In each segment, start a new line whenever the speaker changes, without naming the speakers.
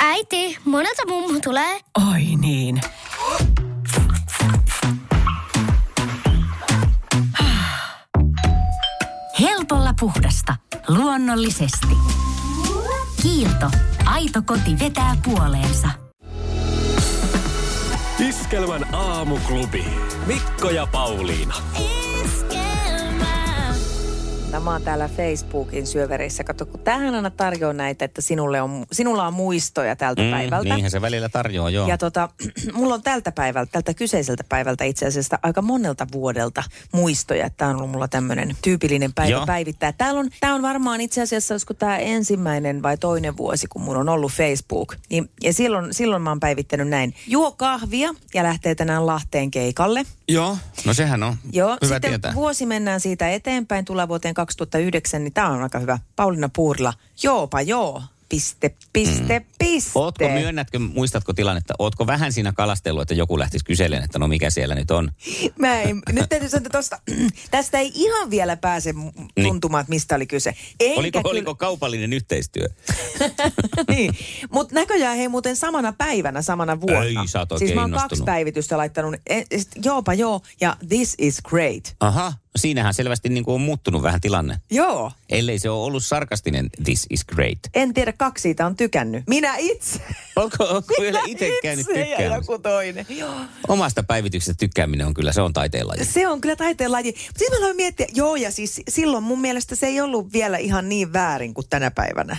Äiti, monelta mummu tulee.
Oi niin. Helpolla puhdasta. Luonnollisesti. Kiilto. Aito koti vetää puoleensa.
Iskelmän aamuklubi. Mikko ja Pauliina.
Tämä on täällä Facebookin syöverissä. Kato, kun tämähän aina tarjoaa näitä, että sinulle on, sinulla on muistoja tältä mm, päivältä.
niinhän se välillä tarjoaa, joo.
Ja tota, mulla on tältä päivältä, tältä kyseiseltä päivältä itse asiassa aika monelta vuodelta muistoja. Tämä on ollut mulla tämmöinen tyypillinen päivä
Joo.
Joo. päivittää. Täällä on, tää on varmaan itse asiassa, olisiko tämä ensimmäinen vai toinen vuosi, kun mulla on ollut Facebook. Niin, ja silloin, silloin mä oon päivittänyt näin. Juo kahvia ja lähtee tänään Lahteen keikalle.
Joo. No sehän on.
Joo,
Hyvä
sitten
tietää.
vuosi mennään siitä eteenpäin, tulee vuoteen 2009, niin tämä on aika hyvä. Pauliina Puurla, joopa joo, piste, piste, mm. piste.
Ootko, myönnätkö, muistatko tilannetta, ootko vähän siinä kalastellut, että joku lähtisi kyselemään, että no mikä siellä nyt on?
Mä en, nyt täytyy sanoa, että tosta, tästä ei ihan vielä pääse mu- tuntumaan, että mistä oli kyse. Enkä
Niin. Oliko,
kyllä-
oliko kaupallinen yhteistyö?
niin. Mutta näköjään hei muuten samana päivänä, samana vuonna.
Ei, sä oot oikein
Siis mä oon kaksi
innostunut.
päivitystä laittanut, e, sit, joopa joo, ja this is great.
Aha, no siinähän selvästi niin kuin on muuttunut vähän tilanne.
Joo.
Ellei se ole ollut sarkastinen, this is great.
En tiedä, kaksi siitä on tykännyt. Minä itse.
Onko, onko vielä
Minä
itse käynyt
ja
tykkäämässä?
joku toinen. Joo.
Omasta päivityksestä tykkääminen on kyllä, se on taiteenlaji.
Se on kyllä taiteen laji. Mutta sitten mä aloin miettiä, joo ja siis silloin mun mielestä se ei ollut vielä ihan niin väärin kuin tänä päivänä.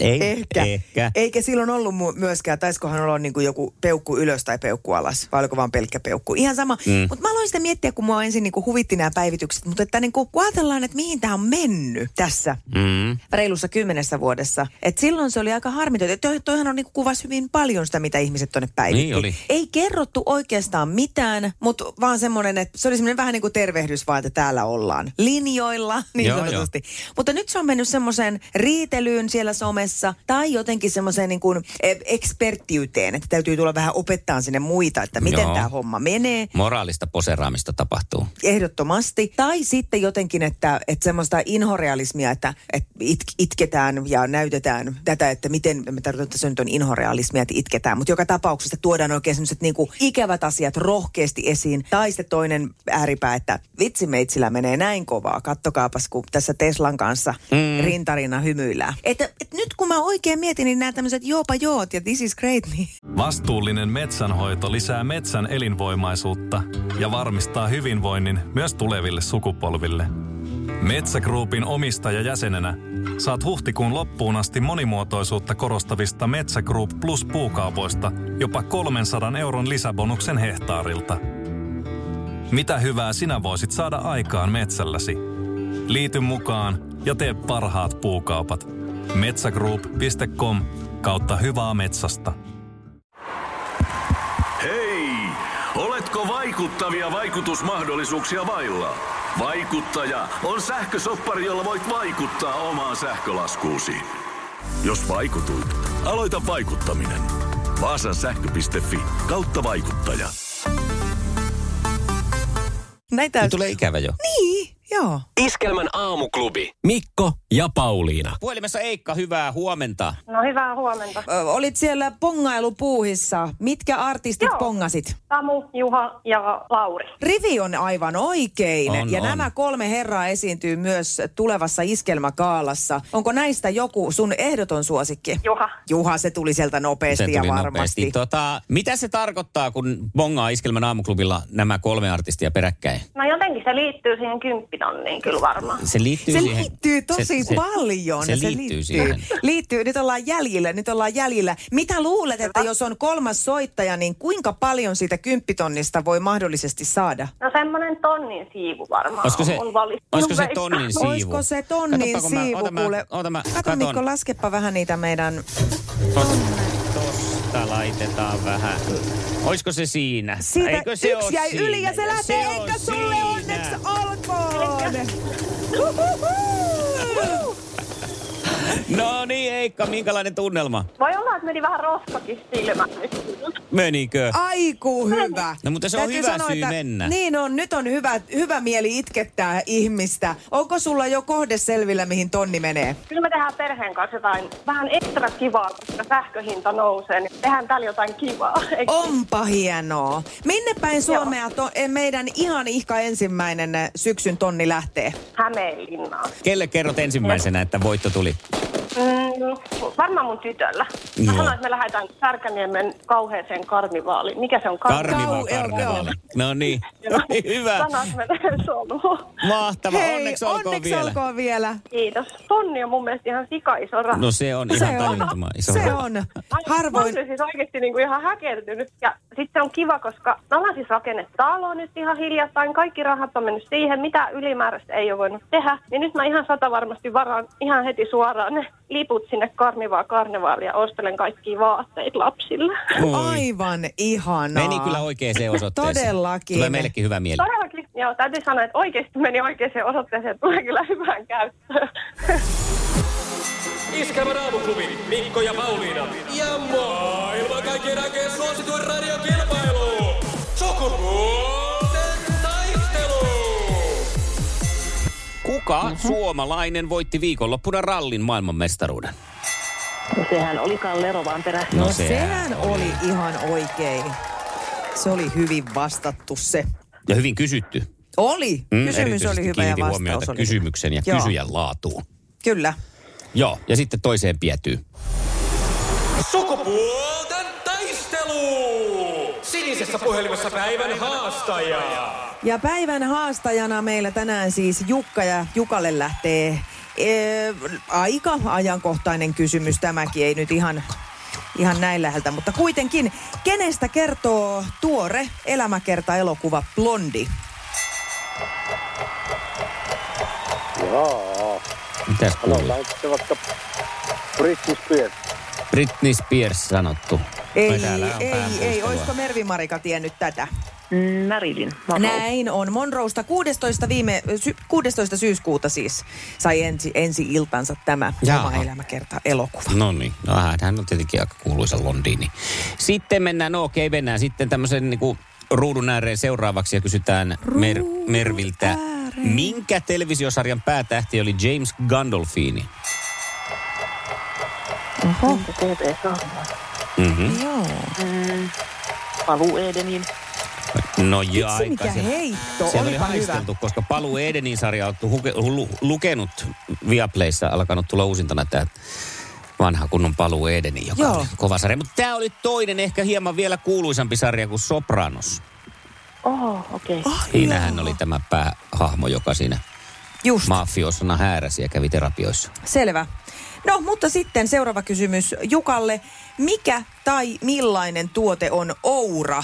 Ei,
Ehkä.
ehkä.
Eikä silloin ollut mu- myöskään, taiskohan olla niin kuin joku peukku ylös tai peukku alas, vai oliko vaan pelkkä peukku. Ihan sama. Mm. Mutta mä aloin sitä miettiä, kun mua ensin niin kuin huvitti nämä päivitykset, mutta että niin kuin, kun ajatellaan, että mihin tämä on mennyt tässä
Mm.
reilussa kymmenessä vuodessa. Et silloin se oli aika harmitonta. Et Toi, toihan on niin kuvasi hyvin paljon sitä, mitä ihmiset tuonne päivitti.
Niin oli.
Ei kerrottu oikeastaan mitään, mutta vaan semmoinen, että se oli semmoinen vähän niin kuin tervehdys vaan, että täällä ollaan linjoilla, niin
Joo,
joo, sanotusti. Joo. Mutta nyt se on mennyt semmoiseen riitelyyn siellä somessa tai jotenkin semmoiseen niin kuin eh, eksperttiyteen, että täytyy tulla vähän opettaa sinne muita, että miten
Joo.
tämä homma menee
Moraalista poseraamista tapahtuu.
ehdottomasti. Tai sitten jotenkin, että, että semmoista inhorealismia, että, että it, itketään ja näytetään tätä, että miten, me tarkoitan, että se nyt on inhorealismia, että itketään. Mutta joka tapauksessa tuodaan oikein semmoiset niinku ikävät asiat rohkeasti esiin. Tai sitten toinen ääripää, että vitsi meitsillä menee näin kovaa, kattokaapas kun tässä Teslan kanssa mm. rintarina hymyillään. Että, että nyt kun mä oikein mietin, niin nämä tämmöiset joopa joot ja this is great, niin
Vastuullinen metsänhoito lisää metsän elinvoimaisuutta ja varmistaa hyvinvoinnin myös tuleville sukupolville. Metsägruupin omistaja jäsenenä saat huhtikuun loppuun asti monimuotoisuutta korostavista Metsä Group Plus puukaupoista jopa 300 euron lisäbonuksen hehtaarilta. Mitä hyvää sinä voisit saada aikaan metsälläsi? Liity mukaan ja tee parhaat puukaupat. Metsägroup.com kautta hyvää metsästä.
Hei! Oletko vaikuttavia vaikutusmahdollisuuksia vailla? Vaikuttaja on sähkösoppari, jolla voit vaikuttaa omaan sähkölaskuusi. Jos vaikutuit, aloita vaikuttaminen. Vaasan sähkö.fi kautta vaikuttaja.
näitä...
Nyt tulee ikävä jo.
Niin, joo.
Iskelmän aamuklubi. Mikko ja Pauliina.
Puhelimessa Eikka, hyvää huomenta.
No hyvää huomenta.
Ö, olit siellä pongailupuuhissa. Mitkä artistit Joo.
Joo.
pongasit?
Samu, Juha ja Lauri.
Rivi on aivan oikein.
On,
ja
on.
nämä kolme herraa esiintyy myös tulevassa iskelmäkaalassa. Onko näistä joku sun ehdoton suosikki?
Juha.
Juha, se tuli sieltä nopeasti
Se
ja
tuli
varmasti.
nopeasti. Tota, mitä se tarkoittaa, kun bongaa Iskelmän aamuklubilla nämä kolme artistia peräkkäin?
No jotenkin se liittyy siihen kymppitonniin kyllä varmaan.
Se liittyy
se
siihen.
liittyy tosi
se,
paljon.
Se, se liittyy siihen.
liittyy. Nyt ollaan jäljillä, nyt ollaan jäljillä. Mitä luulet, että jos on kolmas soittaja, niin kuinka paljon siitä kymppitonnista voi mahdollisesti saada?
No semmoinen tonnin siivu varmaan
Olisiko se,
on valittu.
olisiko se tonnin siivu?
Olisiko se tonnin
Katoppa, kun mä-
siivu,
oota mä-
kuule?
oota mä,
Kato
katon.
Mikko, laskepa vähän niitä meidän...
Tos- Tosta laitetaan vähän. Olisiko se siinä?
Siitä
Eikö se
yksi
oo
jäi
siinä?
yli ja se lähtee,
on
eikä sulle
siinä.
onneksi olkoon! Uhuhu!
No niin, Eikka, minkälainen tunnelma?
Voi olla, että meni vähän roskakin silmät nyt.
Menikö?
Aiku hyvä.
No, mutta se on hyvä syy mennä.
Niin on, nyt on hyvä, hyvä mieli itkettää ihmistä. Onko sulla jo kohde selvillä, mihin tonni menee?
Kyllä me tehdään perheen kanssa jotain vähän ekstra kivaa, koska sähköhinta nousee, niin tehdään täällä jotain kivaa. Eikö?
Oh.
Onpa hienoa. Minne päin Suomea to, eh, meidän ihan ihka ensimmäinen eh, syksyn tonni lähtee?
Hämeenlinnaan.
Kelle kerrot ensimmäisenä, että voitto tuli?
Mm, varmaan mun tytöllä. Mä
Joo.
sanoin, että me lähdetään Särkäniemen kauheeseen karnivaaliin. Mikä se on
Karniva,
Kau- joo,
karnivaali. No niin,
Joo.
hyvä.
Sanoin, että me lähdetään Suomeen.
Mahtava,
Hei,
onneksi olkoon
onneksi
vielä.
olkoon vielä.
Kiitos. Tonni on mun mielestä ihan sika iso raha.
No se on ihan
Se on.
tajuttoman iso.
Se on.
Ai, Mä
Harvoin.
oon siis oikeasti niinku ihan häkeltynyt. Ja sitten se on kiva, koska me ollaan siis rakennettu talo nyt ihan hiljattain. Kaikki rahat on mennyt siihen, mitä ylimääräistä ei ole voinut tehdä. Niin nyt mä ihan sata varmasti varaan ihan heti suoraan ne liput sinne karnivaa karnevaalia. Ostelen kaikki vaatteet lapsille.
Oi.
Aivan ihanaa.
Meni niin kyllä oikeaan osoitteeseen.
Todellakin.
Tulee meillekin hyvä mieli.
Todellakin, joo, täytyy sanoa, että oikeasti meni oikeaan osoitteeseen. Tulee kyllä hyvään käyttöön.
Iskävä raamuklubi, Mikko ja Pauliina. Ja maailman kaikkien aikeen suosituen radiokilpailu. Sukupuolten taistelu.
Kuka
Mm-hmm.
suomalainen voitti viikonloppuna rallin maailmanmestaruuden?
No Sehän oli Kallero vaan perässä.
No sehän oli ihan oikein. Se oli hyvin vastattu se.
Ja hyvin kysytty.
Oli.
Mm,
Kysymys
erityisesti
oli hyvä ja
kiinnitin
vastaus
huomiota
oli
kysymyksen ja
hyvä. Joo,
kysyjän laatuun.
Kyllä.
Joo, ja sitten toiseen pietyy.
Sukupuolten taistelu. Sinisessä puhelimessa päivän haastaja.
Ja päivän haastajana meillä tänään siis Jukka ja Jukalle lähtee ee, aika ajankohtainen kysymys. Tämäkin ei nyt ihan, ihan näin läheltä, mutta kuitenkin. Kenestä kertoo tuore elämäkerta-elokuva Blondi?
Mitäs kuuluu?
Sanotaan nyt se vaikka Britney Spears.
Britney Spears sanottu.
Ei,
Ai, täällä on
ei, ei.
päänpuistelua.
Olisiko Mervi Marika tiennyt tätä?
Märilin.
Näin on. Monrousta 16. Viime, sy, 16. syyskuuta siis sai ensi, ensi iltansa tämä
Jaaha.
oma elämäkerta elokuva.
No niin, no, hän- hän on tietenkin aika kuuluisa Londiini. Sitten mennään, no okei, mennään sitten tämmöisen niin kuin, ruudun ääreen seuraavaksi ja kysytään Mer- Merviltä, minkä televisiosarjan päätähti oli James Gandolfini?
Oho.
Mm-hmm.
Joo.
Paluu Edenin.
No ja
Vitsi, mikä
aikaisin.
heitto.
Siellä oli
Olipa hyvä.
haisteltu, koska Paluu Edenin sarja on huke, lu, lukenut Viaplayssa, alkanut tulla uusintana tämä vanha kunnon Paluu Edeni, joka
Joo.
Joo. oli kova sarja. Mutta tämä oli toinen, ehkä hieman vielä kuuluisampi sarja kuin Sopranos.
Oh, okei. Okay.
Siinähän oli tämä päähahmo, joka siinä
Just,
mafiosana hääräsi ja kävi terapioissa.
selvä. No, mutta sitten seuraava kysymys Jukalle. Mikä tai millainen tuote on Oura?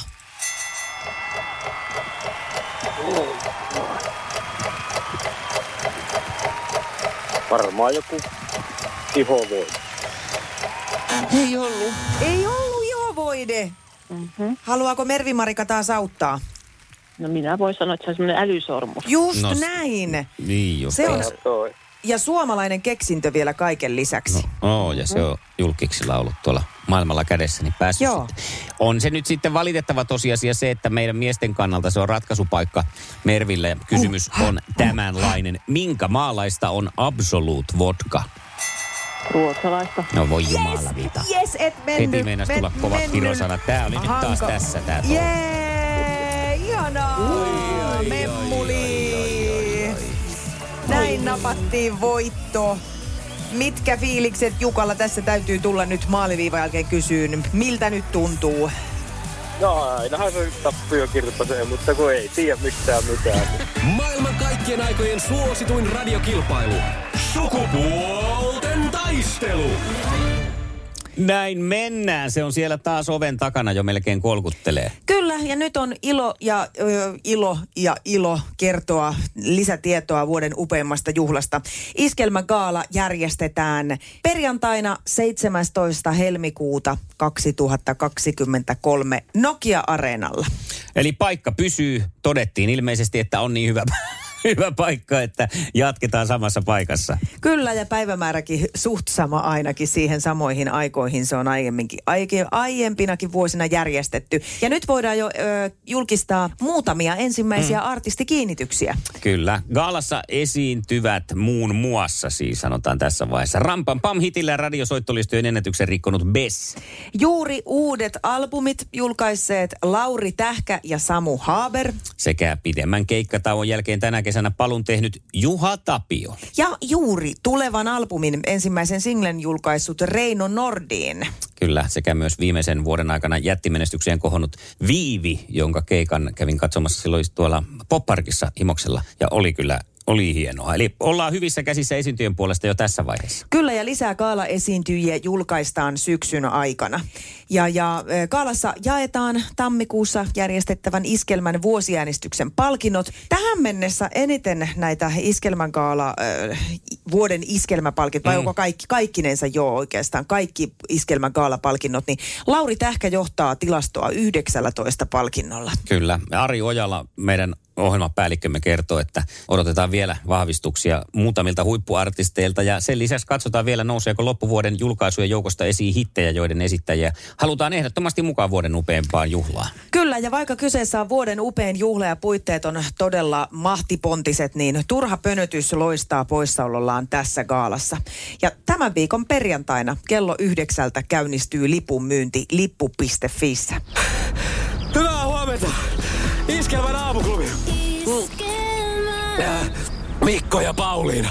Varmaan joku ihovoi.
Ei ollut.
Ei ollut ihovoide. Mm-hmm. Haluaako Mervi-Marika taas auttaa?
No minä voin sanoa, että se on semmoinen älysormus.
Just
No,
no,
s-
näin.
Niin just.
Se on
Ja toi.
ja suomalainen keksintö vielä kaiken lisäksi. No.
Oo, oh, ja se on julkiksilla ollut tuolla maailmalla kädessä, niin päässyt
Joo.
sitten. On se nyt sitten valitettava tosiasia se, että meidän miesten kannalta se on ratkaisupaikka Merville. Ja Kysymys on tämänlainen. Minkä maalaista on Absolut Vodka?
Ruotsalaista.
No voi jumala viita.
Yes, et mennyt.
Heti meinas tulla
men-
kovat
mennyt.
kirosana. Tää oli nyt taas
Hanko-
tässä tää touhu.
Jee, ihanaa. Memmuli. Näin napattiin voitto. Mitkä fiilikset Jukalla tässä täytyy tulla nyt maaliviivan jälkeen kysyyn? Miltä nyt tuntuu?
No ainahan se nyt tappio kirpasee, mutta kun ei tiedä mistään mitään. niin
Maailman kaikkien aikojen suosituin radiokilpailu. Sukupuolten taistelu.
Näin mennään. Se on siellä taas oven takana jo melkein kolkuttelee.
Kyllä, ja nyt on ilo ja ö, ilo ja ilo kertoa lisätietoa vuoden upeimmasta juhlasta. Iskelmägaala järjestetään perjantaina 17. helmikuuta 2023 Nokia-areenalla.
Eli paikka pysyy. Todettiin ilmeisesti, että on niin hyvä hyvä paikka, että jatketaan samassa paikassa.
Kyllä, ja päivämääräkin suht sama ainakin siihen samoihin aikoihin. Se on aiemminkin, aike- aiempinakin vuosina järjestetty. Ja nyt voidaan jo ö, julkistaa muutamia ensimmäisiä mm. artistikiinnityksiä.
Kyllä. Gaalassa esiintyvät muun muassa, siis sanotaan tässä vaiheessa. Rampan pam hitillä radiosoittolistojen ennätyksen rikkonut Bess.
Juuri uudet albumit julkaisseet Lauri Tähkä ja Samu Haaber.
Sekä pidemmän keikkatauon jälkeen tänä kesänä palun tehnyt Juha Tapio.
Ja juuri tulevan albumin ensimmäisen singlen julkaissut Reino Nordin.
Kyllä, sekä myös viimeisen vuoden aikana jättimenestykseen kohonnut Viivi, jonka keikan kävin katsomassa silloin tuolla Popparkissa Himoksella. Ja oli kyllä, oli hienoa. Eli ollaan hyvissä käsissä esiintyjen puolesta jo tässä vaiheessa.
Kyllä, ja lisää Kaala-esiintyjiä julkaistaan syksyn aikana. Ja, ja eh, Kaalassa jaetaan tammikuussa järjestettävän Iskelmän vuosiäänestyksen palkinnot. Tähän mennessä eniten näitä Iskelmän Kaala, eh, vuoden Iskelmäpalkinnot, vai onko kaikki, kaikkinensa jo oikeastaan, kaikki Iskelmän Kaala-palkinnot, niin Lauri Tähkä johtaa tilastoa 19 palkinnolla.
Kyllä. Ari Ojala, meidän ohjelmapäällikkömme kertoo, että odotetaan vielä vahvistuksia muutamilta huippuartisteilta ja sen lisäksi katsotaan vielä nouseeko loppuvuoden julkaisujen joukosta esiin hittejä, joiden esittäjiä halutaan ehdottomasti mukaan vuoden upeampaan juhlaan.
Kyllä, ja vaikka kyseessä on vuoden upeen juhla ja puitteet on todella mahtipontiset, niin turha pönötys loistaa poissaolollaan tässä gaalassa. Ja tämän viikon perjantaina kello yhdeksältä käynnistyy lipun myynti lippu.fissä.
Hyvää huomenta. Iskelmän aamuklubi.
Iskelmä.
Mikko ja Pauliina.